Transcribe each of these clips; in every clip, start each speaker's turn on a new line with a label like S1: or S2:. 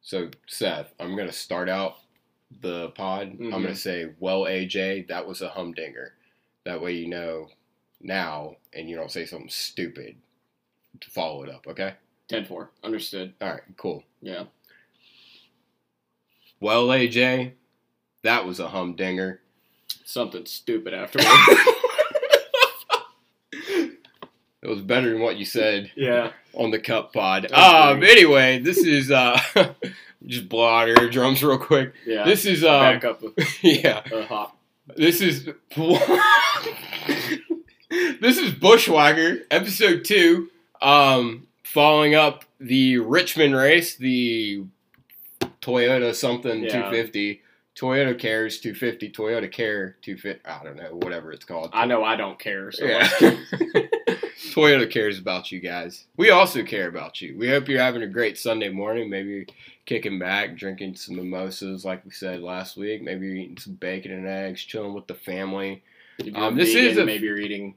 S1: So Seth, I'm gonna start out the pod. I'm gonna
S2: Mhm.
S1: say, "Well, AJ, that was a humdinger." That way, you know now, and you don't say something stupid to follow it up. Okay.
S2: 10 4. Understood.
S1: All right. Cool.
S2: Yeah.
S1: Well, AJ, that was a humdinger.
S2: Something stupid afterwards.
S1: It was better than what you said
S2: yeah.
S1: on the cup pod.
S2: was
S1: Um.
S2: great.
S1: Anyway, this is uh, just blow out our drums real quick.
S2: Yeah.
S1: This is uh,
S2: Back up a,
S1: yeah.
S2: a hop.
S1: This is this is Bushwhacker episode two, um, following up the Richmond race, the Toyota something
S2: Yeah.
S1: 250, Toyota Cares 250, Toyota Care 250. I don't know, whatever it's called.
S2: I know I don't care. So
S1: Yeah. Toyota cares about you guys. We also care about you. We hope you're having a great Sunday morning. Maybe you're kicking back, drinking some mimosas, like we said last week. Maybe you're eating some bacon and eggs, chilling with the family.
S2: if you're
S1: Um, this
S2: vegan,
S1: is a-
S2: maybe you're eating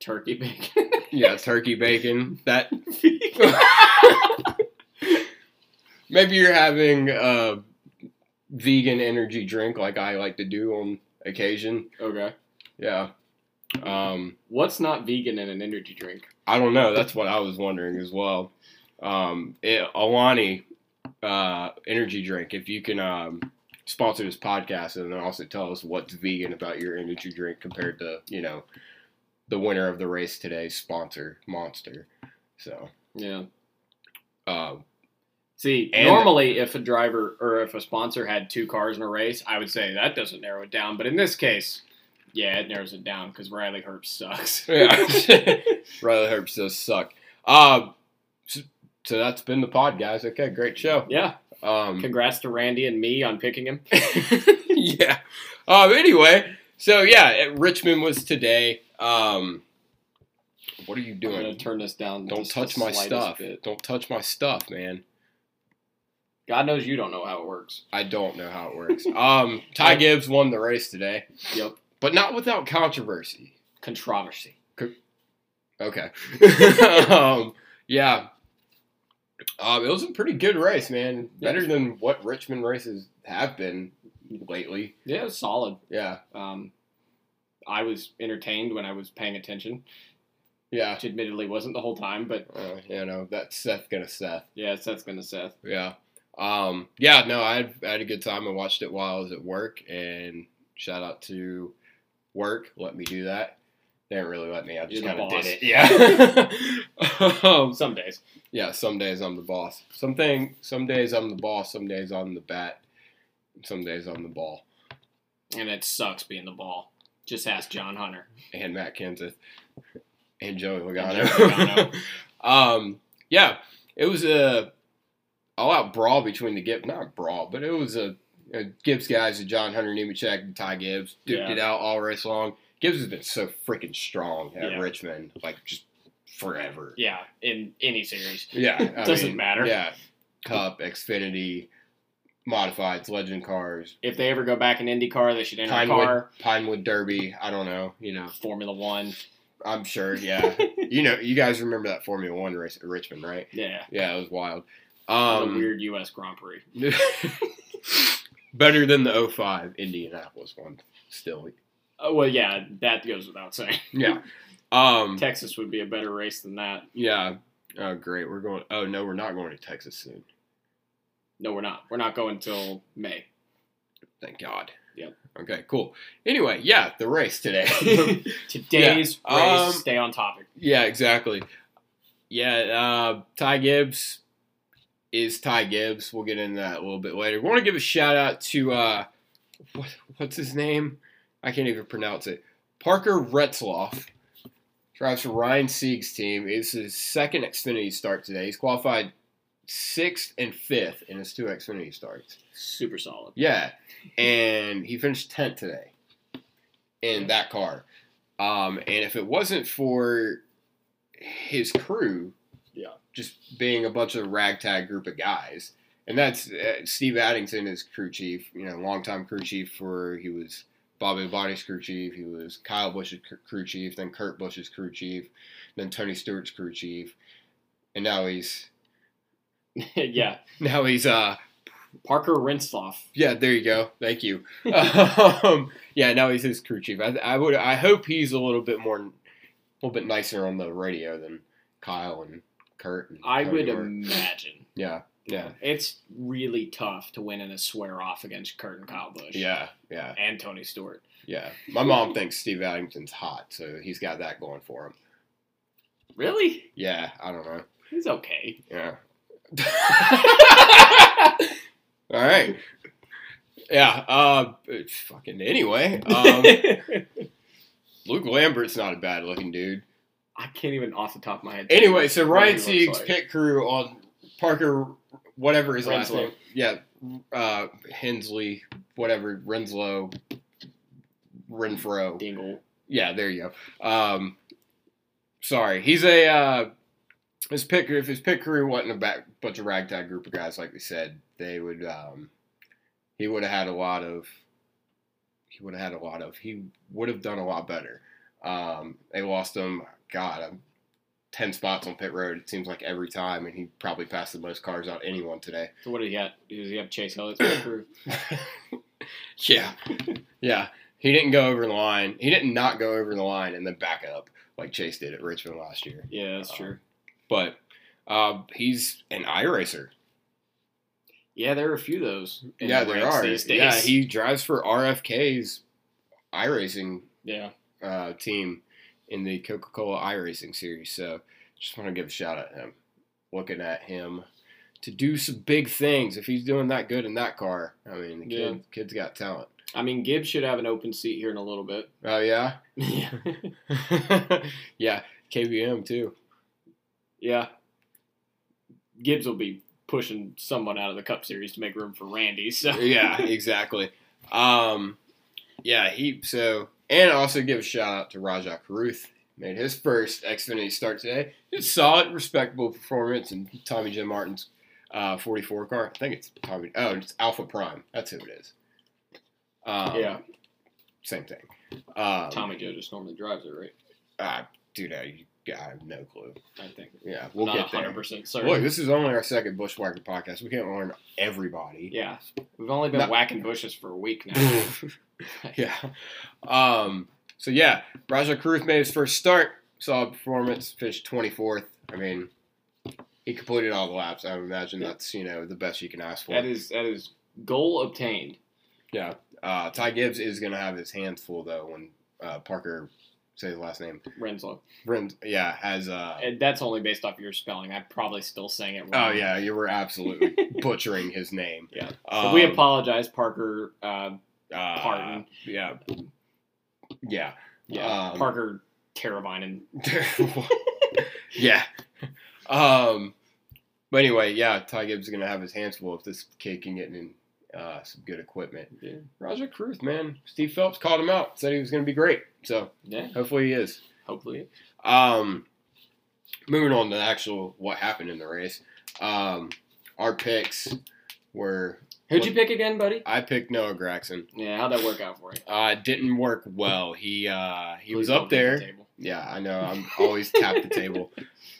S2: turkey bacon.
S1: Yeah, turkey bacon. That maybe you're having a vegan energy drink, like I like to do on occasion.
S2: okay.
S1: Yeah. Um,
S2: What's not vegan in an energy drink?
S1: I don't know. That's what I was wondering as well. Um, it, Alani uh, energy drink. If you can um, sponsor this podcast and then also tell us what's vegan about your energy drink compared to you know the winner of the race today, sponsor Monster. So
S2: Yeah.
S1: uh,
S2: See,
S1: And-
S2: normally if a driver or if a sponsor had two cars in a race, I would say that doesn't narrow it down. But in this case, yeah, it narrows it down because Riley Herbst sucks.
S1: yeah, Riley Herbst does suck. Um, so, so that's been the pod, guys. Okay, great show.
S2: yeah.
S1: Um,
S2: Congrats to Randy and me on picking him.
S1: yeah. Um. Anyway, so yeah, at Richmond was today. Um. What are you
S2: I'm gonna
S1: doing?
S2: turn this down.
S1: Don't
S2: just the
S1: touch my
S2: slightest
S1: stuff.
S2: bit.
S1: Don't touch my stuff, man.
S2: God knows you don't know how it works.
S1: I don't know how it works. Um. Ty Gibbs won the race today,
S2: Yep.
S1: but not without controversy.
S2: Controversy.
S1: Okay. um. Yeah. Um. It was a pretty good race, man. Better than what Richmond races have been lately.
S2: Yeah, it was solid.
S1: Yeah.
S2: Um, I was entertained when I was paying attention,
S1: Yeah.
S2: which admittedly wasn't the whole time, but
S1: Uh, you know that's Seth gonna Seth.
S2: yeah, Seth's gonna Seth.
S1: Yeah. Um, yeah, no, I had, I had a good time. I watched it while I was at work, and shout out to work. Let me do that. They didn't really let me. I just
S2: You're
S1: kind
S2: the
S1: of did it.
S2: boss.
S1: Yeah. um,
S2: Some days.
S1: yeah. Some days I'm the boss. Something. Some days I'm the boss. Some days I'm the bat. Some days I'm the ball.
S2: And it sucks being the ball. Just ask John Hunter.
S1: And Matt Kenseth and Joey
S2: Joey
S1: Logano.
S2: Logano.
S1: um, yeah, it was a all-out brawl between the Gibbs. Not brawl, but it was a, a Gibbs guys, John Hunter Nemechek and Ty Gibbs duked
S2: Yeah.
S1: it out all race long. Gibbs has been so freaking strong at
S2: Yeah.
S1: Richmond, like just forever.
S2: Yeah, in any series.
S1: Yeah,
S2: Doesn't matter.
S1: Yeah, Cup, Xfinity, modifieds, legend cars,
S2: If they ever go back in IndyCar, they should enter a
S1: Pinewood,
S2: car.
S1: Pinewood Derby. I don't know, you know.
S2: Formula One.
S1: I'm sure, yeah. you know, you guys remember that Formula One race at Richmond, right?
S2: Yeah.
S1: Yeah, it was wild.
S2: What a
S1: Um,
S2: weird U.S. Grand Prix.
S1: better than the 05 Indianapolis one, still.
S2: Oh, well, yeah, that goes without saying.
S1: Yeah. Um,
S2: Texas would be a better race than that.
S1: yeah. Oh, great. We're going. Oh, no, we're not going to Texas soon.
S2: No, we're not. We're not going till May.
S1: Thank God.
S2: Yep.
S1: Okay, cool. Anyway, yeah, the race today.
S2: Today's
S1: Yeah,
S2: race.
S1: um,
S2: stay on topic.
S1: yeah, exactly. Yeah, uh, Ty Gibbs is Ty Gibbs. We'll get into that a little bit later. want to give a shout out to uh, what, what's his name? I can't even pronounce it. Parker Retzloff drives for Ryan Sieg's team. It's his second Xfinity start today. He's qualified sixth and fifth in his two Xfinity starts.
S2: Super solid.
S1: Yeah, and he finished tenth today in that car. Um, and if it wasn't for his crew,
S2: Yeah.
S1: just being a bunch of ragtag group of guys, and that's uh, Steve Addington is crew chief. You know, longtime crew chief for he was Bobby Bonnie's crew chief. He was Kyle Bush's crew chief, then Kurt Bush's crew chief, then Tony Stewart's crew chief, and now he's
S2: yeah,
S1: now he's uh
S2: Parker Rinceloff.
S1: Yeah, there you go. Thank you. um, yeah, now he's his crew chief. I, I would. I hope he's a little bit more, a little bit nicer on the radio than Kyle and Kurt. And
S2: I would
S1: Cody were.
S2: imagine.
S1: Yeah, yeah,
S2: It's really tough to win in a swear off against Kurt and Kyle Bush.
S1: yeah, yeah,
S2: And Tony Stewart.
S1: yeah. My mom thinks Steve Addington's hot, so he's got that going for him.
S2: Really?
S1: Yeah, I don't know.
S2: He's okay.
S1: Yeah. All right. Yeah. Uh, fucking anyway. Um, Luke Lambert's not a bad looking dude.
S2: I can't even off the top of my head. tell you
S1: Anyway, so
S2: what
S1: Ryan
S2: he looks
S1: Sieg's
S2: like.
S1: pit crew on Parker, whatever his last
S2: Renslow.
S1: name, yeah, uh, Hensley, whatever Renslow, Renfro,
S2: Dingle.
S1: yeah, there you go. Um, sorry, he's a uh, his pit crew. If his pit crew wasn't a ba- bunch of ragtag group of guys, like we said, they would um, he would have had a lot of he would have had a lot of he would have done a lot better. Um, they lost him. God, i ten spots on pit road. It seems like every time, and he probably passed the most cars out anyone today.
S2: So what did he have? Does he have Chase Elliott's pit crew?
S1: Yeah, yeah. He didn't go over the line. He didn't not go over the line and then back up like Chase did at Richmond last year.
S2: Yeah, that's
S1: Um,
S2: true.
S1: but uh, he's an iRacer.
S2: Yeah, there are a few of those. in
S1: yeah,
S2: the
S1: there
S2: ranks
S1: are.
S2: These days.
S1: Yeah, he drives for RFK's iRacing
S2: Yeah.
S1: uh, team in the Coca-Cola iRacing series. So just want to give a shout out to him. Looking at him to do some big things. If he's doing that good in that car, I mean, the kid, kid's got talent.
S2: I mean, Gibbs should have an open seat here in a little bit.
S1: Oh yeah,
S2: yeah.
S1: yeah. KBM too.
S2: Yeah. Gibbs will be pushing someone out of the Cup Series to make room for Randy. So
S1: yeah, exactly. Um, yeah, he so and also give a shout out to Rajak Ruth. Made his first Xfinity start today. Just solid, respectable performance in Tommy Jim Martin's uh, 44 car. I think it's Tommy. Oh, it's Alpha Prime. That's who it is. Um,
S2: Yeah.
S1: same thing. Um,
S2: Tommy Joe just normally drives it, right?
S1: Uh, dude, I, I have no clue.
S2: I think.
S1: Yeah, we'll get
S2: Not
S1: there.
S2: 100% certain.
S1: Look, this is only our second Bushwhacker podcast. We can't learn everybody.
S2: Yeah, we've only been
S1: No.
S2: whacking bushes for a week now.
S1: yeah. Um, so yeah, Raja Cruz made his first start, solid performance, finished twenty fourth. I mean, he completed all the laps. I would imagine that's you know the best you can ask for.
S2: that is that is goal obtained.
S1: yeah. Uh, Ty Gibbs is gonna have his hands full though when uh, Parker say his last name.
S2: Renslow.
S1: Brent, yeah, has uh.
S2: And that's only based off your spelling. I'm probably still saying it wrong.
S1: Oh yeah, you were absolutely butchering his name.
S2: Yeah.
S1: Um,
S2: we apologize, Parker. Uh,
S1: uh,
S2: Parton.
S1: Yeah. Yeah.
S2: yeah,
S1: Um,
S2: Parker Terravine and
S1: yeah. Um, but anyway, yeah, Ty Gibbs is gonna have his hands full if this kid can get in uh, some good equipment.
S2: Yeah.
S1: Roger Cruz, man, Steve Phelps called him out, said he was gonna be great. So
S2: yeah,
S1: hopefully he is.
S2: hopefully.
S1: Um, moving on to the actual what happened in the race. Um, our picks were
S2: Who'd you pick again, buddy?
S1: I picked Noah Gregson.
S2: Yeah, how'd that work out for you?
S1: Uh, it didn't work well. He uh, he was
S2: Please
S1: up
S2: don't hit the
S1: there.
S2: table.
S1: Yeah, I know. I'm always tap the table.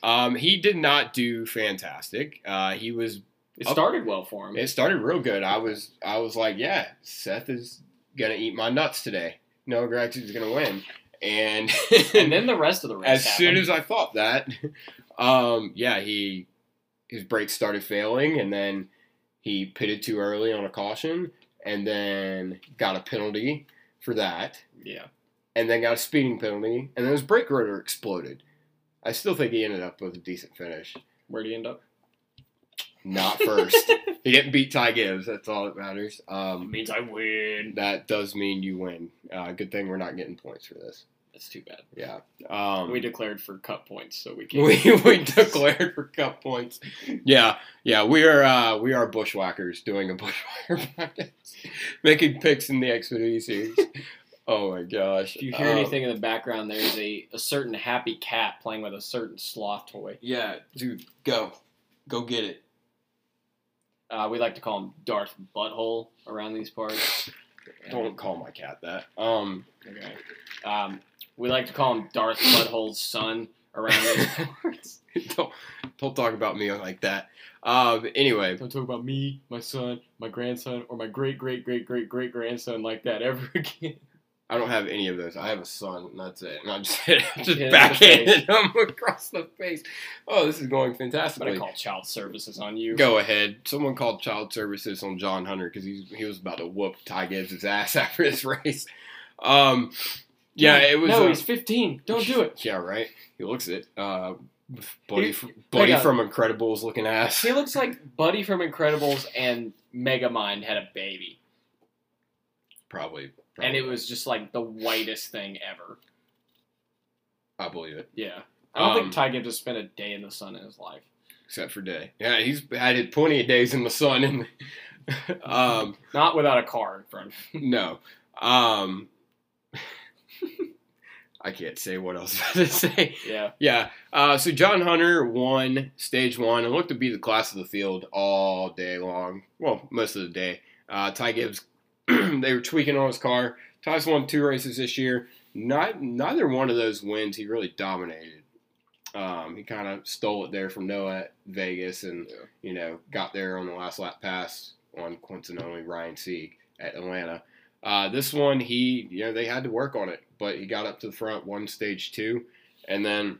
S1: Um, he did not do fantastic. Uh, he was.
S2: It
S1: Up-
S2: started well for him.
S1: It started real good. I was. I was like, yeah, Seth is gonna eat my nuts today. No, Gregson's gonna win. And
S2: and then the rest of the race.
S1: as soon
S2: happened.
S1: as I thought that, um, yeah, he his brakes started failing, and then he pitted too early on a caution, and then got a penalty for that
S2: yeah,
S1: and then got a speeding penalty, and then his brake rotor exploded. I still think he ended up with a decent finish.
S2: where'd he end up?
S1: Not first. he didn't beat Ty Gibbs. That's all that matters. Um,
S2: means I win.
S1: that does mean you win. Uh, good thing we're not getting points for this.
S2: That's too bad.
S1: Yeah. Um,
S2: We declared for cut points, so we can't.
S1: we, we declared for cup points. Yeah, yeah, we are uh, we are bushwhackers doing a bushwhacker podcast, making picks in the Xfinity series. oh my gosh!
S2: If you hear
S1: Um,
S2: anything in the background, there's a, a certain happy cat playing with a certain sloth toy.
S1: yeah, dude, go, go get it.
S2: Uh, we like to call him Darth Butthole around these parts.
S1: Don't call my cat that. Um,
S2: Okay. Um, we like to call him Darth Butthole's son around those parts.
S1: don't don't talk about me like that. Um, anyway,
S2: Don't talk about me, my son, my grandson, or my great great great great great grandson like that ever again.
S1: I don't have any of those. I have a son, and that's it. And I'm just, just
S2: Hit him in the
S1: backhanded him across the face. Oh, this is going
S2: I'm gonna
S1: fantastically.
S2: call child services on you.
S1: Go ahead. Someone called child services on John Hunter because he he was about to whoop Ty Gibbs' ass after his race. Um, yeah, it was.
S2: No,
S1: uh,
S2: he's 15. Don't do it.
S1: Yeah, right. He looks it. Uh, buddy,
S2: He-
S1: fr- buddy
S2: got-
S1: from Incredibles looking ass.
S2: He looks like Buddy from Incredibles and Megamind had a baby,
S1: Probably, probably.
S2: and it was just like the whitest thing ever.
S1: I believe it.
S2: Yeah, I don't
S1: Um,
S2: think Ty Gibbs has spent a day in the sun in his life.
S1: except for day. Yeah, he's had it plenty of days in the sun. And um,
S2: Not without a car in front. of him.
S1: no, um, I can't say what else I was about to say.
S2: Yeah,
S1: Yeah, uh, so John Hunter won stage one and looked to be the class of the field all day long. Well, most of the day. Uh, Ty Gibbs, they were tweaking on his car. Ty's won two races this year. Not neither one of those wins he really dominated. Um, he kind of stole it there from Noah at Vegas and
S2: Yeah.
S1: you know got there on the last lap pass on coincidentally Ryan Sieg at Atlanta. Uh, this one he you know they had to work on it, but he got up to the front, won stage two, and then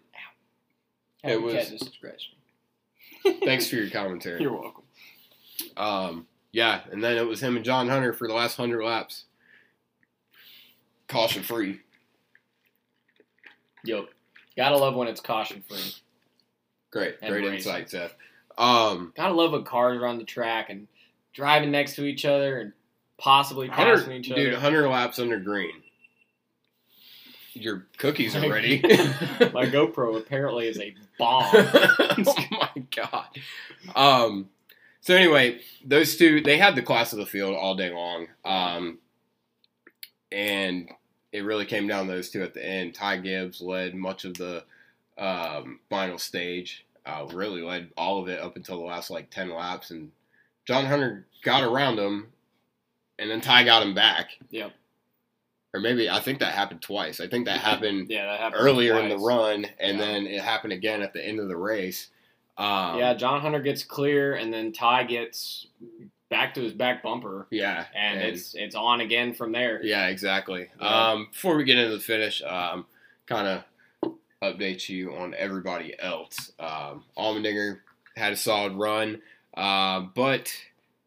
S1: It
S2: Holy cat
S1: was-
S2: just scratched
S1: thanks for your
S2: me.
S1: commentary.
S2: You're welcome.
S1: Um, yeah, and then it was him and John Hunter for the last hundred laps. Caution free.
S2: Yup. Gotta love when it's caution free.
S1: Great,
S2: And
S1: great
S2: racing.
S1: insight, Seth. Um,
S2: Gotta love when cars are on the track and driving next to each other and possibly passing
S1: Hunter,
S2: each
S1: dude,
S2: other.
S1: hundred laps under green. Your cookies are ready.
S2: My GoPro apparently is a bomb.
S1: oh my god. Um, so anyway, those two they had the class of the field all day long, um, and it really came down to those two at the end. Ty Gibbs led much of the um, final stage, uh, really led all of it up until the last like ten laps, and John Hunter got around him, and then Ty got him back.
S2: Yep.
S1: Or maybe I think that happened twice. I think that happened
S2: Yeah, that happened
S1: earlier in the run, and
S2: Yeah.
S1: then it happened again at the end of the race. Um,
S2: yeah, John Hunter gets clear, and then Ty gets back to his back bumper,
S1: yeah,
S2: and, it's it's on again from there.
S1: yeah, exactly.
S2: Yeah.
S1: Um, before we get into the finish, um, kind of update you on everybody else. Um, Almendinger had a solid run, uh, but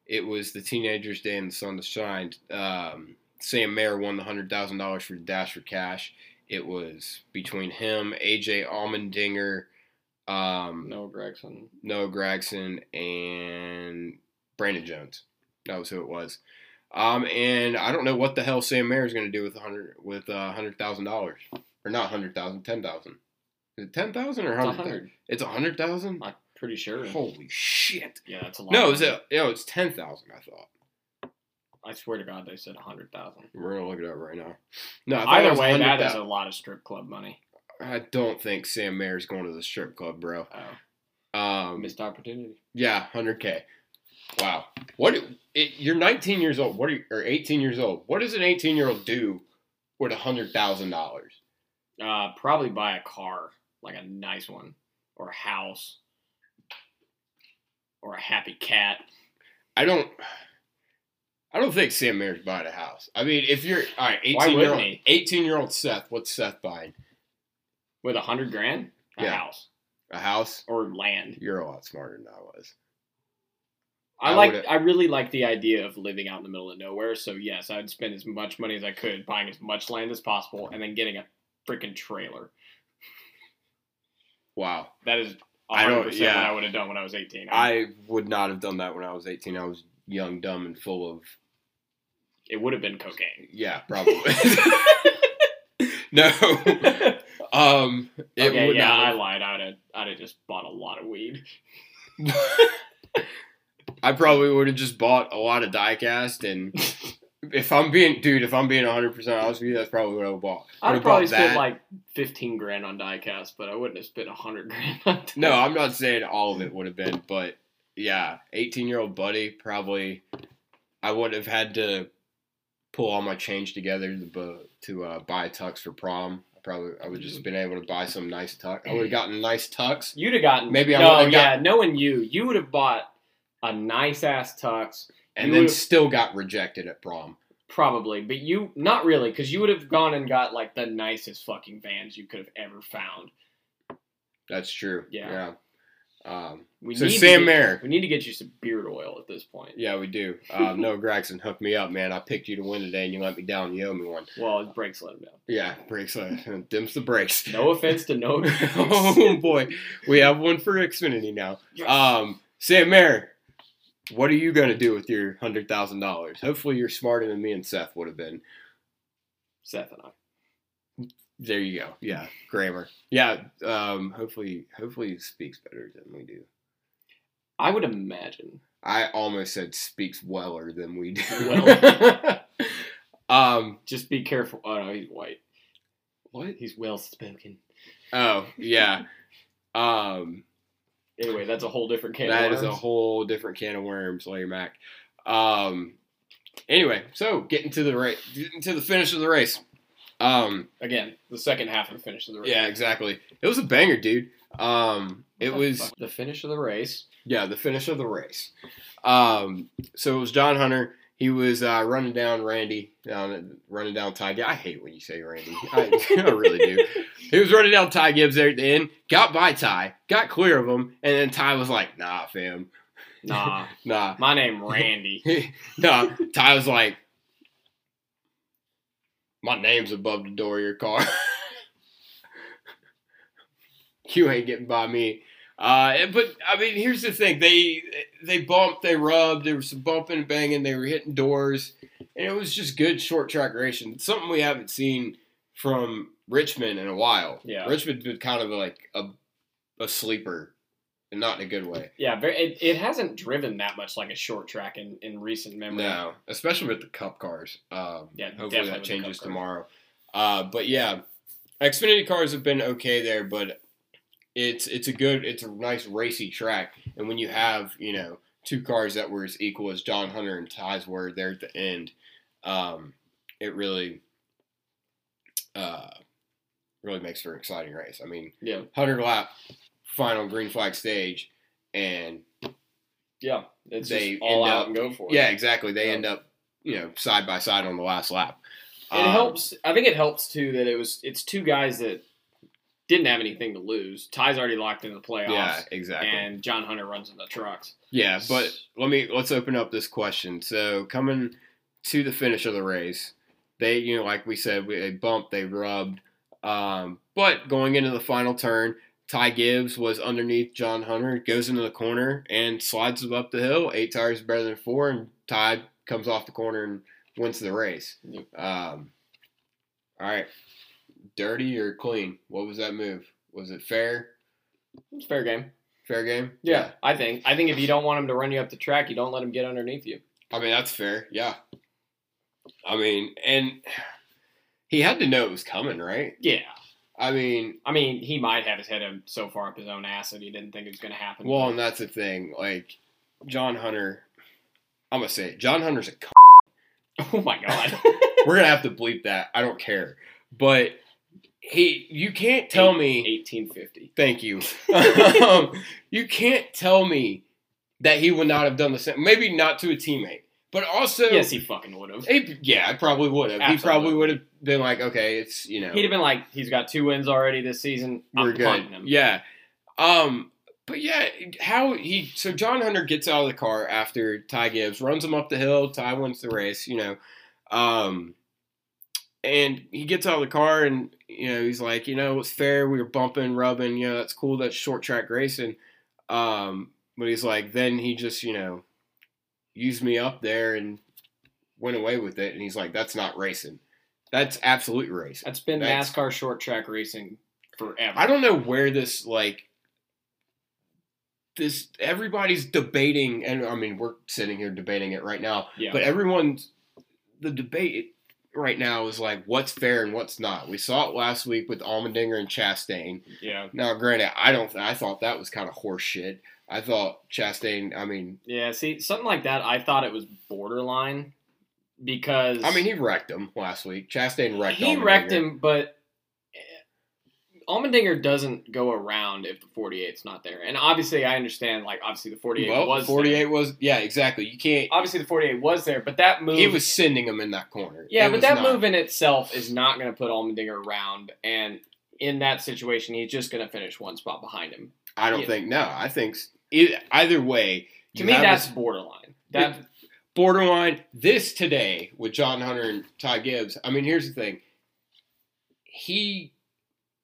S1: it was the teenagers' day in the sun to shine. Um, Sam Mayer won the hundred thousand dollars for Dash for Cash. It was between him, AJ Almendinger, um,
S2: Noah Gregson.
S1: Noah Gregson, and Brandon Jones. That was who it was. Um, and I don't know what the hell Sam Mayer is going to do with a hundred with uh, hundred thousand dollars, or not hundred thousand, ten thousand. Is it ten thousand or
S2: It's a
S1: hundred?
S2: hundred.
S1: It's a hundred thousand.
S2: I'm pretty sure.
S1: Holy shit!
S2: Yeah, that's a lot.
S1: No, it's a, no, it's ten thousand. I thought
S2: I swear to God, they said a hundred thousand.
S1: we're gonna look it up right now. No, I thought it
S2: Either
S1: was
S2: way, that is a
S1: 100,000.
S2: lot of strip club money.
S1: I don't think Sam Mayer's going to the strip club, bro.
S2: Oh,
S1: Um,
S2: missed opportunity.
S1: Yeah, hundred k. Wow. What? It, you're 19 years old. What? Are you, or 18 years old? What does an 18 year old do with hundred thousand dollars?
S2: Uh, probably buy a car, like a nice one, or a house, or a happy cat.
S1: I don't. I don't think Sam Mayer's buying a house. I mean, if you're all right, 18
S2: Why
S1: year
S2: wouldn't
S1: old,
S2: he?
S1: 18 year old Seth. What's Seth buying?
S2: With a hundred grand, a
S1: Yeah.
S2: house
S1: A house?
S2: or land.
S1: You're a lot smarter than I was.
S2: I
S1: I
S2: like.
S1: would've-
S2: I really like the idea of living out in the middle of nowhere. So yes, I'd spend as much money as I could buying as much land as possible, and then getting a freaking trailer.
S1: Wow.
S2: That is
S1: I don't-
S2: 100 percent
S1: yeah.
S2: what I would have done when I was eighteen.
S1: I would not have done that when I was 18. I was young, dumb, and full of
S2: it would have been cocaine.
S1: yeah, probably. no. Um. It
S2: okay,
S1: would
S2: yeah,
S1: not have-
S2: I lied. I'd have. I'd have just bought a lot of weed.
S1: I probably would have just bought a lot of diecast, and if I'm being, dude, if I'm being 100 percent honest with you, that's probably what I would bought.
S2: I'd
S1: Would've
S2: have probably
S1: bought
S2: spent
S1: that.
S2: like fifteen grand on diecast, but I wouldn't have spent hundred grand. on
S1: no, I'm not saying all of it would have been, but yeah, 18 year old buddy probably I would have had to pull all my change together to bu- to uh, buy a tux for prom. I Probably I would just
S2: Mm.
S1: have been able to buy some nice tuck. I would have gotten nice tucks.
S2: You'd have gotten
S1: Maybe I
S2: no,
S1: would've
S2: yeah, knowing you, you would have bought a nice ass tux,
S1: And
S2: You
S1: then
S2: would've-
S1: still got rejected at prom.
S2: probably, but you not really, because you would have gone and got like the nicest fucking vans you could have ever found.
S1: That's true.
S2: Yeah.
S1: Yeah. Um,
S2: We
S1: so
S2: need to
S1: Sam
S2: get-
S1: Mayer.
S2: we need to get you some beard oil at this point.
S1: Yeah, we do. Um, Noah Gregson, hook me up, man. I picked you to win today, and you let me down. You owe me one.
S2: Well, it breaks let him down.
S1: Yeah, brakes. uh, Dims the brakes.
S2: No offense to no.
S1: oh boy, we have one for Xfinity now. Um, Sam Mayer, what are you gonna do with your hundred thousand dollars? Hopefully, you're smarter than me and Seth would have been.
S2: Seth and I.
S1: There you go. Yeah, grammar. Yeah. Um, hopefully, hopefully he speaks better than we do.
S2: I would imagine.
S1: I almost said speaks weller than we do.
S2: Well.
S1: um.
S2: Just be careful. Oh no, he's white.
S1: What?
S2: He's well spoken.
S1: Oh yeah. Um.
S2: Anyway, that's a whole different can. of
S1: That is a
S2: worms.
S1: whole different can of worms, Larry Mack. Um, anyway, so getting to the race, getting to the finish of the race. Um,
S2: again the second half of the finish of the race.
S1: yeah, exactly. It was a banger, dude. Um, it
S2: What the
S1: was
S2: fuck? the finish of the race.
S1: yeah, the finish of the race. Um, so it was John Hunter. He was uh, running down Randy, down running down Ty. Gibbs. I hate when you say Randy. I, I really do. He was running down Ty Gibbs there at the end. Got by Ty, got clear of him, and then Ty was like, "Nah, fam,
S2: Nah,
S1: nah."
S2: my name Randy.
S1: no, Ty was like, my name's above the door of your car. you ain't getting by me. Uh, and- but I mean, here's the thing: they they bumped, they rubbed, there was some bumping and banging, they were hitting doors, and it was just good short track racing. Something we haven't seen from Richmond in a while.
S2: Yeah.
S1: Richmond's been kind of like a a sleeper, and not in a good way.
S2: Yeah, very, it, it hasn't driven that much like a short track in, in recent memory.
S1: No, especially with the cup cars. Um,
S2: Yeah,
S1: hopefully
S2: definitely
S1: that
S2: with the
S1: changes
S2: cup cars.
S1: tomorrow. Uh, but yeah, Xfinity cars have been okay there, but it's it's a good, it's a nice racy track. And when you have you know two cars that were as equal as John Hunter and Ty's were there at the end, um, it really uh, really makes for an exciting race. I mean,
S2: Yeah,
S1: hundred lap final green flag stage, and
S2: yeah, it's
S1: They
S2: just all
S1: end
S2: out
S1: up-
S2: and go for it.
S1: yeah, exactly. They
S2: Yeah.
S1: end up, you know, side by side on the last lap.
S2: it
S1: um,
S2: helps. I think it helps too that it was it's two guys that didn't have anything to lose. Ty's already locked in the playoffs,
S1: Um, Yeah, exactly.
S2: and John Hunter runs in the trucks.
S1: yeah, but let me let's open up this question. So coming to the finish of the race, they you know like we said we, they bumped, they rubbed, um, but going into the final turn. Ty Gibbs was underneath John Hunter, goes into the corner and slides him up the hill. Eight tires better than four, and Ty comes off the corner and wins the race.
S2: Yep.
S1: Um, all right, dirty or clean? What was that move? Was it fair?
S2: It's fair game.
S1: Fair game?
S2: I think. I think if you don't want him to run you up the track, you don't let him get underneath you.
S1: I mean, that's fair. Yeah. I mean, and he had to know it was coming, right?
S2: Yeah,
S1: I mean,
S2: I mean, he might have his head up so far up his own ass that he didn't think it was going to happen.
S1: well,
S2: but-
S1: and that's the thing. Like, John Hunter, I'm going to say it. John Hunter's a c-
S2: oh my god,
S1: We're going to have to bleep that. I don't care. But he, you can't tell me.
S2: eighteen fifty.
S1: Thank you. um, you can't tell me that he would not have done the same. Maybe not to a teammate, but also.
S2: Yes, he fucking would have.
S1: He- yeah, I probably would have. He
S2: Absolutely.
S1: probably would have been like, okay, it's, you know.
S2: He'd have been like, he's got two wins already this season. I'm
S1: we're good.
S2: punting him.
S1: Yeah. Um, but yeah, how he so John Hunter gets out of the car after Ty Gibbs runs him up the hill. Ty wins the race, you know. Um, and he gets out of the car and you know he's like, you know, it's fair. We were bumping, rubbing. You know, that's cool. That's short track racing. Um, but he's like, then he just you know used me up there and went away with it. And he's like, that's not racing. That's absolute racing.
S2: That's been
S1: That's-
S2: NASCAR short track racing forever.
S1: I don't know where this like this everybody's debating and I mean we're sitting here debating it right now,
S2: yeah.
S1: but everyone's the debate right now is like what's fair and what's not. We saw it last week with Almendinger and Chastain.
S2: yeah.
S1: Now granted, I don't I thought that was kind of horse shit. I thought Chastain, I mean
S2: Yeah. See, something like that, I thought it was borderline because
S1: I mean he wrecked him last week. Chastain wrecked
S2: he
S1: Allmendinger.
S2: wrecked him, but eh, Almendinger doesn't go around if the 48's not there. And obviously, I understand, like, obviously the 48
S1: well,
S2: was
S1: 48
S2: there.
S1: was yeah, exactly. You can't.
S2: Obviously, the 48 was there, but that move.
S1: He was sending him in that corner.
S2: Um, Yeah,
S1: It
S2: but
S1: was
S2: that
S1: not-
S2: move in itself is not going to put Almendinger around. And in that situation, he's just going to finish one spot behind him.
S1: I don't
S2: yeah.
S1: think. No, I think s- e- either way.
S2: To
S1: you
S2: me,
S1: have a
S2: that's borderline. That
S1: borderline. This today with John Hunter and Ty Gibbs. I mean, here's the thing. He,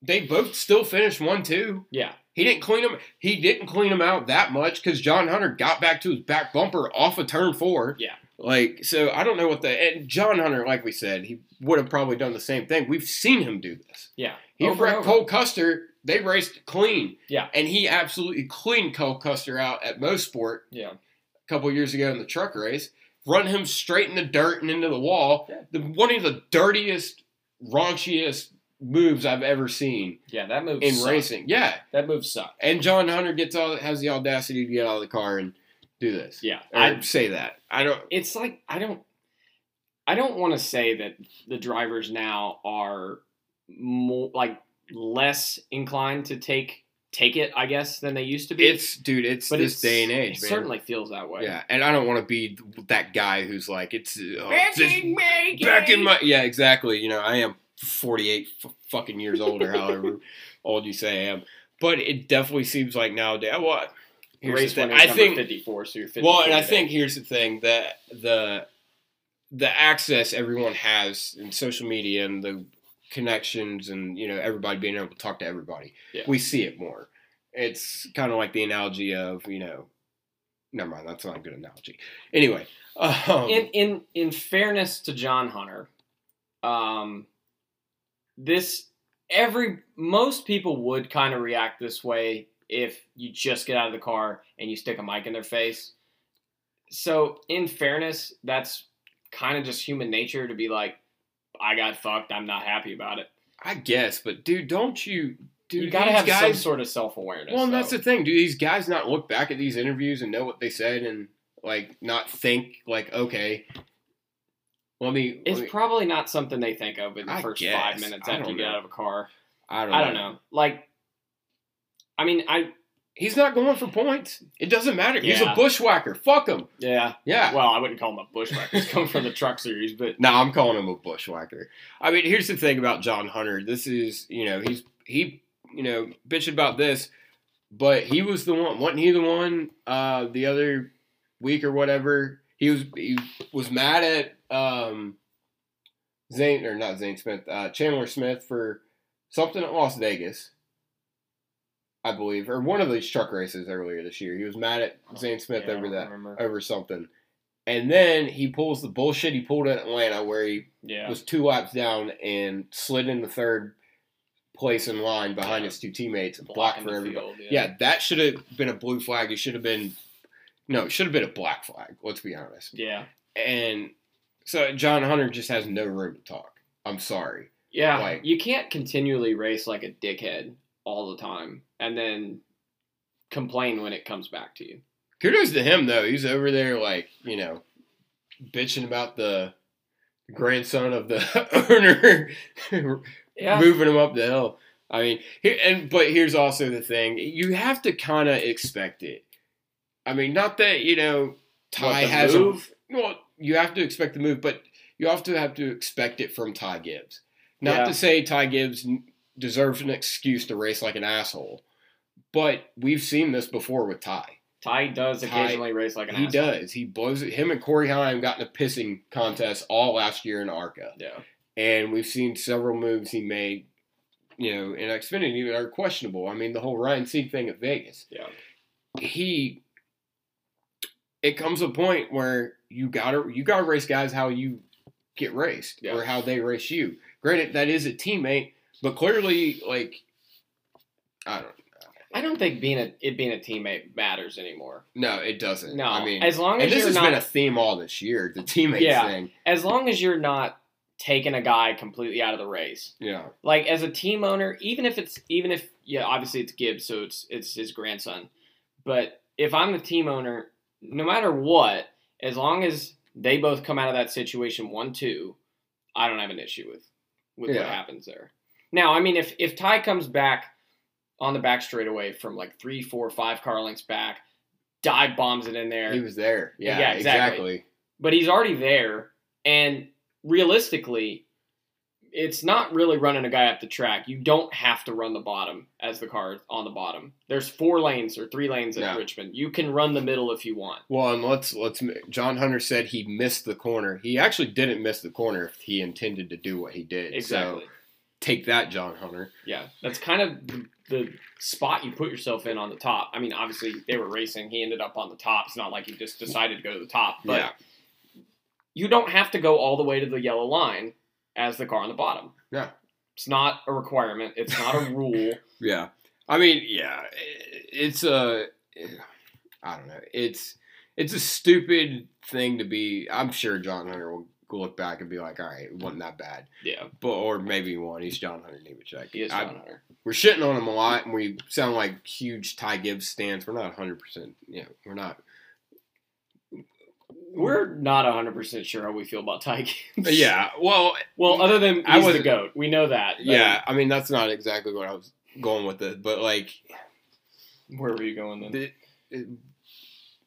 S1: they both still finished one two.
S2: Yeah.
S1: He didn't clean him. He didn't clean him out that much because John Hunter got back to his back bumper off of turn four.
S2: Yeah.
S1: Like so, I don't know what the and John Hunter, like we said, he would have probably done the same thing. We've seen him do this.
S2: Yeah.
S1: He
S2: Over and
S1: wrecked
S2: over.
S1: Cole Custer. They raced clean.
S2: Yeah.
S1: And he absolutely cleaned Cole Custer out at Mosport
S2: Yeah.
S1: couple years ago in the truck race, run him straight in the dirt and into the wall.
S2: Yeah.
S1: The, one of the dirtiest, raunchiest moves I've ever seen
S2: Yeah, that move
S1: in
S2: sucked.
S1: racing. Yeah,
S2: That move sucked.
S1: and John Hunter gets all has the audacity to get out of the car and do this.
S2: Yeah.
S1: I'd say that. I don't.
S2: it's like I don't I don't want to say that the drivers now are more like less inclined to take take it, I guess, than they used to be.
S1: It's dude. It's this
S2: it's-
S1: day and age,
S2: it
S1: man.
S2: certainly feels that way.
S1: Yeah, and I don't want to be that guy who's like, it's uh,
S2: Back
S1: this-
S2: in my
S1: back in
S2: day.
S1: my yeah exactly you know i am 48 f- fucking years old or however old you say i am but it definitely seems like nowadays well
S2: The
S1: here's
S2: race
S1: the thing.
S2: winner is
S1: i
S2: number
S1: think
S2: 54, so you're 54
S1: well and i
S2: today.
S1: think here's the thing that the the access everyone has in social media and the connections and you know everybody being able to talk to everybody
S2: Yeah.
S1: we see it more it's kind of like the analogy of you know never mind that's not a good analogy anyway um,
S2: in in in fairness to John Hunter, um, this every most people would kind of react this way if you just get out of the car and you stick a mic in their face. So in fairness, that's kind of just human nature to be like, I got fucked. I'm not happy about it.
S1: I guess, but dude, don't you, dude?
S2: you gotta
S1: these
S2: have some
S1: guys-
S2: sort of self awareness.
S1: Well, and that's the thing, dude. These guys not look back at these interviews and know what they said, and like not think like, okay, let me. let me-
S2: It's probably not something they think of in the
S1: I
S2: first
S1: guess.
S2: five minutes
S1: I
S2: after
S1: don't
S2: you get
S1: know.
S2: out of a car.
S1: I don't.
S2: I don't know. Like, I mean, I
S1: He's not going for points. It doesn't matter. He's a
S2: Yeah.
S1: bushwhacker. Fuck him.
S2: yeah.
S1: Yeah.
S2: Well, I wouldn't call him a bushwhacker. He's coming from the truck series, but
S1: No, I'm calling him a bushwhacker. I mean, here's the thing about John Hunter. This is, you know, he's he, you know, bitched about this, but he was the one. wasn't he the one uh, the other week or whatever? He was he was mad at um, Zane or not Zane Smith, uh, Chandler Smith for something at Las Vegas. I believe, or one of these truck races earlier this year, he was mad at Zane Smith
S2: Yeah, I
S1: over
S2: don't
S1: that
S2: remember.
S1: over something. And then he pulls the bullshit he pulled in Atlanta where he
S2: Yeah,
S1: was two laps down and slid in the third place in line behind his two teammates and blocked
S2: Blocking
S1: for
S2: the
S1: everybody.
S2: field,
S1: Yeah, that should have been a blue flag. It should have been no, it should have been a black flag, let's be honest.
S2: yeah,
S1: And so John Hunter just has no room to talk. I'm sorry.
S2: yeah.
S1: Like-
S2: you can't continually race like a dickhead all the time and then complain when it comes back to you.
S1: Kudos to him though. He's over there like, you know, bitching about the grandson of the owner moving them up the hill. I mean, here, and but here's also the thing: you have to kind of expect it. I mean, not that you know Ty
S2: the
S1: has
S2: move?
S1: a well, you have to expect the move, but you also have to expect it from Ty Gibbs. Not
S2: Yeah.
S1: to say Ty Gibbs n- deserves an excuse to race like an asshole, but we've seen this before with Ty.
S2: Ty does
S1: Ty-
S2: occasionally race like an
S1: he
S2: asshole.
S1: does. He blows it. Him and Corey Heim got in a pissing contest all last year in ARCA
S2: Yeah,
S1: and we've seen several moves he made, you know, in Xfinity that are questionable. I mean, the whole Ryan Sieg thing at Vegas.
S2: Yeah.
S1: He, it comes a point where you gotta you gotta race guys how you get raced
S2: Yeah.
S1: or how they race you. Granted, that is a teammate, but clearly, like, I don't
S2: I don't think being a it being a teammate matters anymore.
S1: no, it doesn't.
S2: No,
S1: I mean,
S2: as long
S1: and
S2: as
S1: this
S2: you're
S1: has
S2: not
S1: been a theme all this year, the teammate
S2: Yeah.
S1: thing.
S2: as long as you're not taking a guy completely out of the race.
S1: Yeah,
S2: like as a team owner, even if it's even if yeah, obviously it's Gibbs, so it's it's his grandson. But if I'm the team owner, no matter what, as long as they both come out of that situation one two, I don't have an issue with with
S1: Yeah.
S2: what happens there. Now, I mean, if if Ty comes back on the back straightaway from like three, four, five car lengths back, dive bombs it in there.
S1: He was there. Yeah,
S2: Yeah, exactly.
S1: exactly.
S2: but he's already there. And realistically, it's not really running a guy up the track. You don't have to run the bottom as the car is on the bottom. There's four lanes or three lanes at
S1: No.
S2: Richmond. You can run the middle if you want.
S1: Well, and let's let's. John Hunter said he missed the corner. He actually didn't miss the corner if he intended to do what he did.
S2: Exactly.
S1: So take that, John Hunter.
S2: Yeah, that's kind of the, the spot you put yourself in on the top. I mean, obviously they were racing. He ended up on the top. It's not like he just decided to go to the top, but
S1: yeah.
S2: you don't have to go all the way to the yellow line as the car on the bottom.
S1: Yeah.
S2: It's not a requirement. It's not a rule.
S1: Yeah. I mean, yeah. It's a. I don't know. It's it's a stupid thing to be. I'm sure John Hunter will look back and be like, "All right, it wasn't that bad,"
S2: yeah,
S1: but or maybe he won. He's John Hunter Nemechek.
S2: he is
S1: I-
S2: John Hunter.
S1: we're shitting on him a lot, and we sound like huge Ty Gibbs stands. We're not 100. percent Yeah, we're not.
S2: We're not 100% sure how we feel about Ty Gibbs.
S1: Yeah. Well,
S2: Well, other than he's
S1: I
S2: the
S1: wasn't-
S2: GOAT. We know that. but
S1: Yeah, I mean that's not exactly what I was going with it, but like,
S2: Where were you going then?
S1: the, it-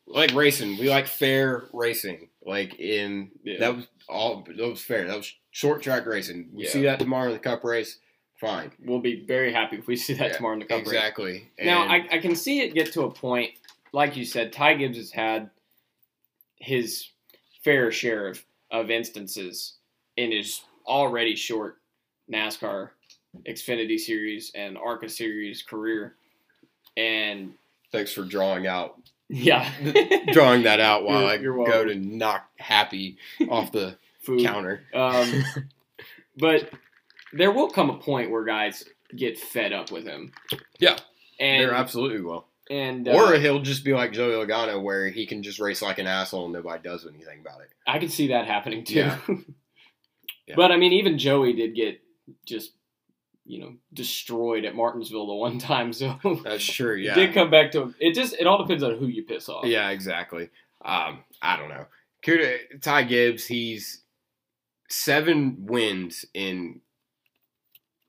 S1: like racing, we like fair racing. Like in
S2: Yeah.
S1: that was all that was fair. That was short track racing. We see
S2: Yeah.
S1: that tomorrow in the Cup race. Fine,
S2: We'll be very happy if we see that
S1: Yeah,
S2: tomorrow in the coverage.
S1: exactly.
S2: Now,
S1: And-
S2: I, I can see it get to a point, like you said, Ty Gibbs has had his fair share of, of instances in his already short NASCAR Xfinity Series and ARCA Series career. And
S1: thanks for drawing out
S2: yeah,
S1: drawing that out while
S2: You're-
S1: I
S2: you're
S1: go
S2: welcome.
S1: to knock happy off the
S2: food.
S1: counter.
S2: Um, but there will come a point where guys get fed up with him.
S1: Yeah. They're
S2: and
S1: absolutely well.
S2: and uh,
S1: Or he'll just be like Joey Logano, where he can just race like an asshole and nobody does anything about it.
S2: I could see that happening too.
S1: Yeah. Yeah.
S2: But I mean, even Joey did get just you know destroyed at Martinsville the one time, so
S1: That's true.
S2: it
S1: Yeah.
S2: did come back to him. It just it all depends on who you piss off.
S1: Yeah, exactly. Um, I don't know. Kuda, Ty Gibbs, he's seven wins in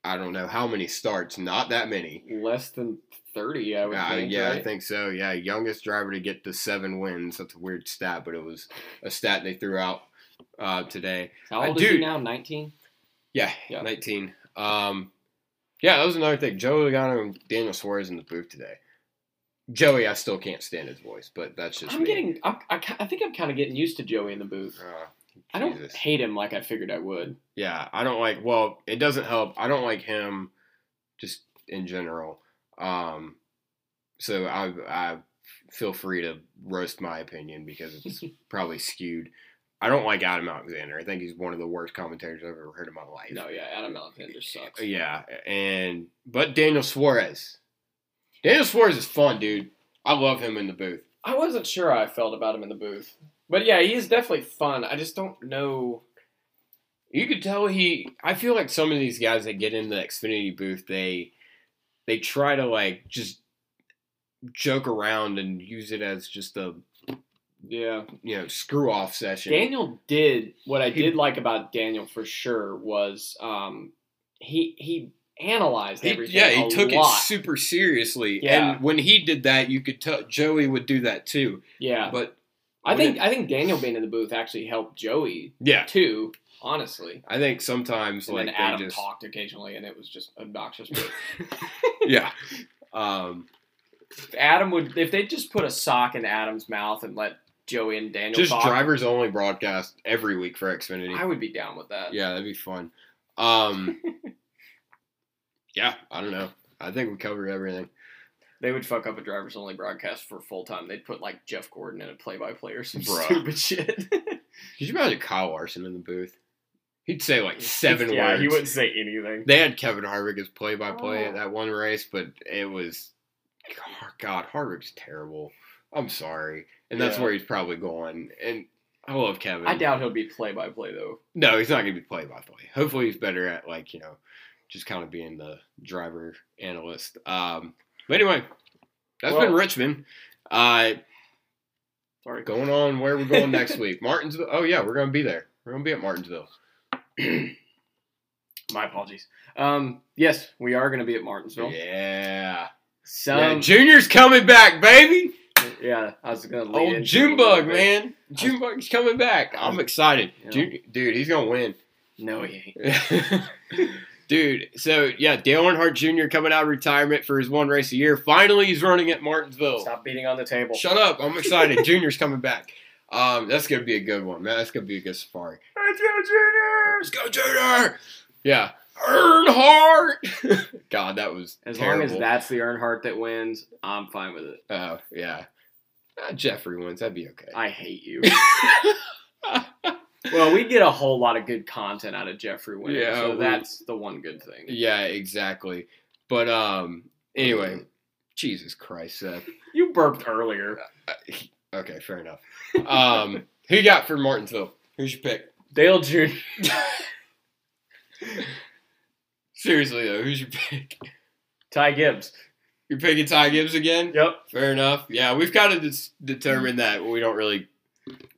S1: I don't know how many starts, not that many.
S2: less than thirty, I would
S1: Uh,
S2: think.
S1: yeah, I
S2: right?
S1: think so. Yeah, youngest driver to get to seven wins. That's a weird stat, but it was a stat they threw out uh, today.
S2: How
S1: I
S2: old is he
S1: do-
S2: now? Nineteen.
S1: Yeah,
S2: Yeah.
S1: 19. Um, yeah, that was another thing. Joey Logano and Daniel Suarez in the booth today. Joey, I still can't stand his voice, but that's just
S2: I'm
S1: me.
S2: getting. I'm, I, ki- I think I'm kind of getting used to Joey in the booth.
S1: Uh,
S2: I don't
S1: Jesus.
S2: hate him like I figured I would.
S1: Yeah, I don't like. Well, it doesn't help. I don't like him, just in general. Um, so I I feel free to roast my opinion because it's probably skewed. I don't like Adam Alexander. I think he's one of the worst commentators I've ever heard in my life.
S2: No, yeah, Adam Alexander sucks.
S1: Yeah, and but Daniel Suarez. Daniel Suarez is fun, dude. I love him in the booth.
S2: I wasn't sure how I felt about him in the booth, but yeah, he is definitely fun. I just don't know.
S1: You could tell he. I feel like some of these guys that get in the Xfinity booth, they they try to like just joke around and use it as just a
S2: Yeah.
S1: you know screw off session.
S2: Daniel did what I
S1: He-
S2: did like about Daniel for sure was um, he he analyzed
S1: He-
S2: everything.
S1: yeah, he
S2: a
S1: took
S2: lot.
S1: it super seriously,
S2: Yeah.
S1: and when he did that, you could tell Joey would do that too.
S2: yeah,
S1: But
S2: I think I think Daniel being in the booth actually helped Joey
S1: yeah,
S2: too. Honestly,
S1: I think sometimes
S2: and
S1: like
S2: then
S1: they
S2: Adam
S1: just
S2: talked occasionally, and it was just obnoxious. But
S1: yeah. Um,
S2: Adam would if they just put a sock in Adam's mouth and let Joey and Daniel
S1: just
S2: talk,
S1: drivers only broadcast every week for Xfinity.
S2: I would be down with that.
S1: Yeah, that'd be fun. Um, yeah, I don't know. I think we covered everything.
S2: They would fuck up a drivers only broadcast for full time. They'd put like Jeff Gordon in a play by play or some
S1: Bruh.
S2: stupid shit.
S1: Could you imagine Kyle Larson in the booth? He'd say like seven
S2: yeah,
S1: words.
S2: he wouldn't say anything.
S1: They had Kevin Harvick as play-by-play
S2: Oh.
S1: at that one race, but it was God. Harvick's terrible. I'm sorry, and that's
S2: Yeah.
S1: where he's probably going. And I love Kevin.
S2: I doubt he'll be play by play though.
S1: No, he's not going to be play-by-play. Hopefully, he's better at like you know, just kind of being the driver analyst. Um, but anyway, that's
S2: Well-
S1: been Richmond. Uh,
S2: Sorry.
S1: going on where we're going next week. Martinsville. Oh yeah, we're gonna be there. We're gonna be at Martinsville.
S2: My apologies. Um, yes, we are going to be at Martinsville.
S1: Yeah.
S2: Some,
S1: yeah. Junior's coming back, baby.
S2: yeah, I was going to lead
S1: Old
S2: into it a little
S1: Junebug,
S2: bit.
S1: man. Junebug's coming back. I'm excited.
S2: Yeah.
S1: Jun- dude, he's going to win.
S2: No, he ain't.
S1: Dude, so yeah, Dale Earnhardt Jr. coming out of retirement for his one race a year. Finally, he's running at Martinsville.
S2: Stop beating on the table.
S1: Oh. Shut up! I'm excited. Junior's coming back. Um, that's gonna be a good one, man. That's gonna be a good safari. Let's go, Junior! Let's go, Junior! Yeah, Earnhardt. God, that was
S2: As
S1: terrible.
S2: long as that's the Earnhardt that wins, I'm fine with it.
S1: Oh yeah, Uh, Jeffrey wins. That'd be okay.
S2: I hate you. well, we get a whole lot of good content out of Jeffrey winning,
S1: Yeah,
S2: so
S1: we-
S2: that's the one good thing.
S1: yeah, exactly. But um, anyway,
S2: Mm.
S1: Jesus Christ, Seth.
S2: You burped earlier.
S1: Okay, fair enough. Um, who you got for Martinsville? Who's your pick?
S2: Dale Jr.
S1: Seriously though, who's your pick?
S2: Ty Gibbs.
S1: You're picking Ty Gibbs again?
S2: Yep.
S1: Fair enough. Yeah, we've kind of dis- determined that we don't really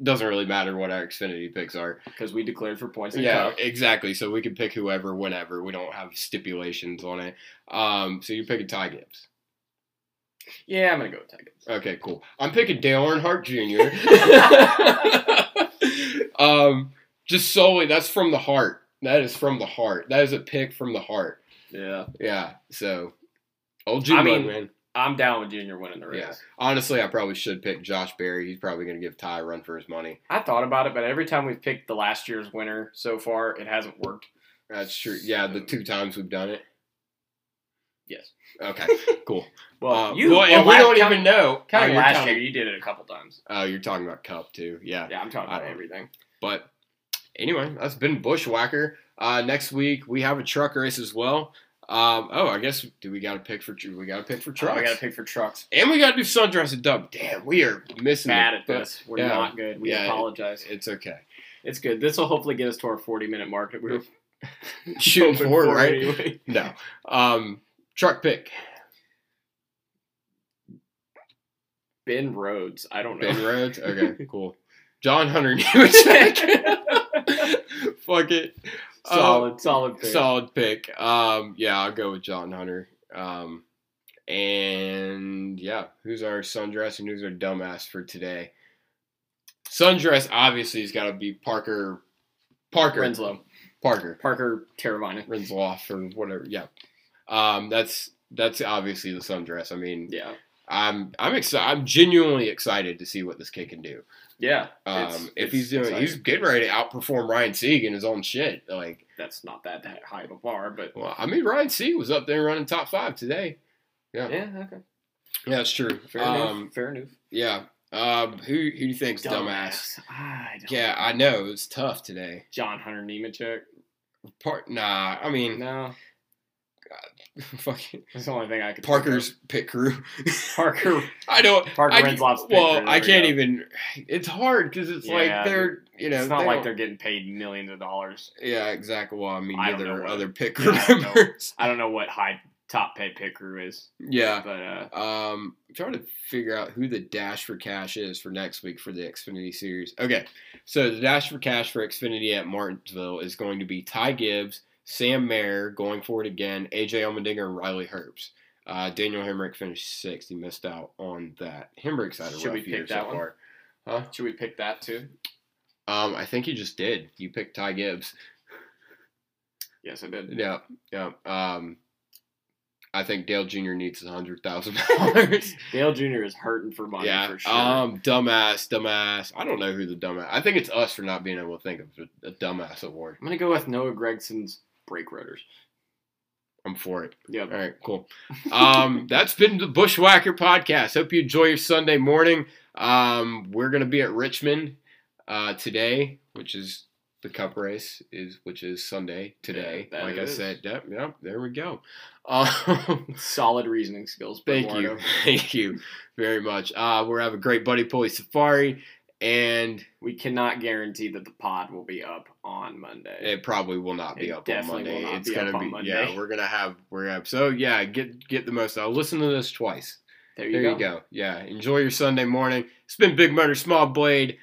S1: doesn't really matter what our Xfinity picks are.
S2: Because we declared for points and
S1: Yeah,
S2: cup.
S1: exactly. So we can pick whoever, whenever. We don't have stipulations on it. Um, so you're picking Ty Gibbs.
S2: Yeah, I'm gonna go with Ty Gibbs.
S1: Okay, cool. I'm picking Dale Earnhardt Jr. um, just solely that's from the heart. That is from the heart. That is a pick from the heart.
S2: Yeah.
S1: Yeah. So old
S2: I
S1: Jimbo,
S2: mean-
S1: man.
S2: I'm down with Junior winning the race.
S1: Yeah. Honestly, I probably should pick Josh Berry. He's probably going to give Ty a run for his money.
S2: I thought about it, but every time we've picked the last year's winner so far, it hasn't worked.
S1: That's true. Yeah, the two times we've done it.
S2: Yes.
S1: Okay, cool.
S2: Well,
S1: Uh,
S2: you
S1: well, and we
S2: last-
S1: don't
S2: counting-
S1: even know.
S2: counting
S1: oh, you're
S2: last
S1: talking,
S2: year, you did it a couple times.
S1: oh, you're talking about Cup too. Yeah.
S2: Yeah, I'm talking
S1: I
S2: about
S1: don't-
S2: everything. Oh,
S1: But anyway, that's been Bushwhacker. Uh, next week we have a truck race as well. Um, oh, I guess do we got to pick for we got to pick for
S2: Trucks.
S1: trucks,
S2: I Oh, gotta pick for trucks.
S1: and we got to do sundress and dub. Damn, we are missing
S2: Bad
S1: it,
S2: at
S1: but
S2: this. We're
S1: yeah.
S2: not good. We
S1: Yeah.
S2: apologize.
S1: It's okay.
S2: It's good. This will hopefully get us to our 40 minute mark that we were
S1: Shooting
S2: hoping
S1: forward,
S2: for
S1: right?
S2: anyway.
S1: No. Um, truck pick.
S2: Ben Rhodes. I don't know.
S1: Ben Rhodes. Okay, cool. John Hunter Nemechek. Fuck it. Uh,
S2: solid, solid pick.
S1: solid pick. Um, yeah, I'll go with John Hunter. Um, and yeah, who's our sundress and who's our dumbass for today? Sundress obviously has got to be Parker. Parker
S2: Renslow.
S1: Parker
S2: Parker Terravina.
S1: Rinsloff or whatever. Yeah. Um, that's that's obviously the sundress. I mean,
S2: Yeah.
S1: I'm I'm excited. I'm genuinely excited to see what this kid can do.
S2: Yeah.
S1: Um,
S2: It's-
S1: if
S2: it's
S1: he's doing,
S2: exciting.
S1: he's getting ready to outperform Ryan Sieg in his own shit. Like,
S2: that's not that that high of a bar, but
S1: well, I mean, Ryan Sieg was up there running top five today. Yeah.
S2: yeah, okay.
S1: Yeah, that's true.
S2: Fair
S1: um,
S2: enough. Fair enough.
S1: yeah. Um, who who do you think's dumbass?
S2: I don't
S1: Yeah, I know it's tough today.
S2: John Hunter Nemechek.
S1: Part nah, I mean,
S2: No,
S1: fucking
S2: that's the only thing I could. think of.
S1: Parker's pit crew.
S2: Parker.
S1: I don't.
S2: Parker
S1: I,
S2: Renslow's pit crew,
S1: well,
S2: there
S1: I
S2: we
S1: can't
S2: go.
S1: even. It's hard because it's
S2: Yeah,
S1: like they're you know
S2: it's not
S1: they
S2: like
S1: don't-
S2: they're getting paid millions of dollars.
S1: Yeah, exactly. Well, I mean,
S2: I don't
S1: neither
S2: know
S1: are
S2: what-
S1: other pick
S2: Yeah, I don't know.
S1: members.
S2: I don't know what high top paid pit crew is,
S1: Yeah.
S2: but uh,
S1: Um, trying to figure out who the dash for cash is for next week for the Xfinity series. Okay, so the dash for cash for Xfinity at Martinsville is going to be Ty Gibbs, Sam Mayer going for it again, AJ Allmendinger, and Riley Herbst. Uh, Daniel Hemrick finished sixth. He missed out on that. Hemrick's had a
S2: Should we
S1: rough year
S2: pick that
S1: so
S2: one?
S1: far.
S2: should we pick that too?
S1: Um, I think you just did. You picked Ty Gibbs.
S2: Yes, I did.
S1: Yeah, yeah. Um, I think Dale Jr. needs a hundred thousand dollars.
S2: Dale Jr. is hurting for money
S1: yeah.
S2: for sure.
S1: Um, dumbass, dumbass. I don't know who the dumbass. I think it's us for not being able to think of a, a dumbass award.
S2: I'm gonna go with Noah Gregson's brake rotors.
S1: I'm for it.
S2: Yep.
S1: All right, cool. Um, that's been the Bushwhacker podcast. Hope you enjoy your Sunday morning. Um, we're gonna be at Richmond uh, today, which is the Cup race is which is Sunday today.
S2: Yeah, that
S1: like
S2: it
S1: I
S2: is.
S1: said, yep, yep. There we go. Um,
S2: Solid reasoning skills.
S1: Thank
S2: Eduardo.
S1: you. Thank you very much. Uh, we have a great Buddy Pulley Safari, and
S2: We cannot guarantee that the pod will be up on Monday.
S1: it probably will not be
S2: It
S1: up on
S2: definitely will
S1: Monday.
S2: not
S1: It's
S2: be
S1: gonna
S2: up on
S1: be
S2: Monday.
S1: yeah. We're gonna have we're gonna have so yeah. Get get the most. I'll listen to this twice.
S2: there
S1: There you go. Yeah. Enjoy your Sunday morning. It's been Big Motor Small Blade.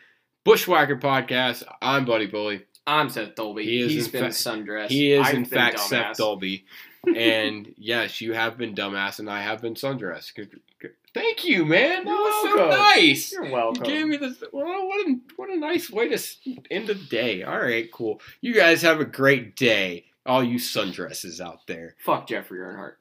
S1: Bushwhacker Podcast. I'm Buddy Bully.
S2: I'm Seth Dolby.
S1: He is
S2: He's
S1: in
S2: been
S1: fact-
S2: sundressed.
S1: He is,
S2: I've
S1: in
S2: been
S1: fact,
S2: dumbass.
S1: Seth Dolby. and yes, you have been dumbass, and I have been sundressed. Good- good- Thank you, man. That
S2: You're
S1: was so
S2: welcome.
S1: nice.
S2: You're
S1: You
S2: welcome.
S1: gave me this. Well, what a what a nice way to s- end the day. All right, cool. You guys have a great day, all you sundresses out there.
S2: Fuck Jeffrey Earnhardt.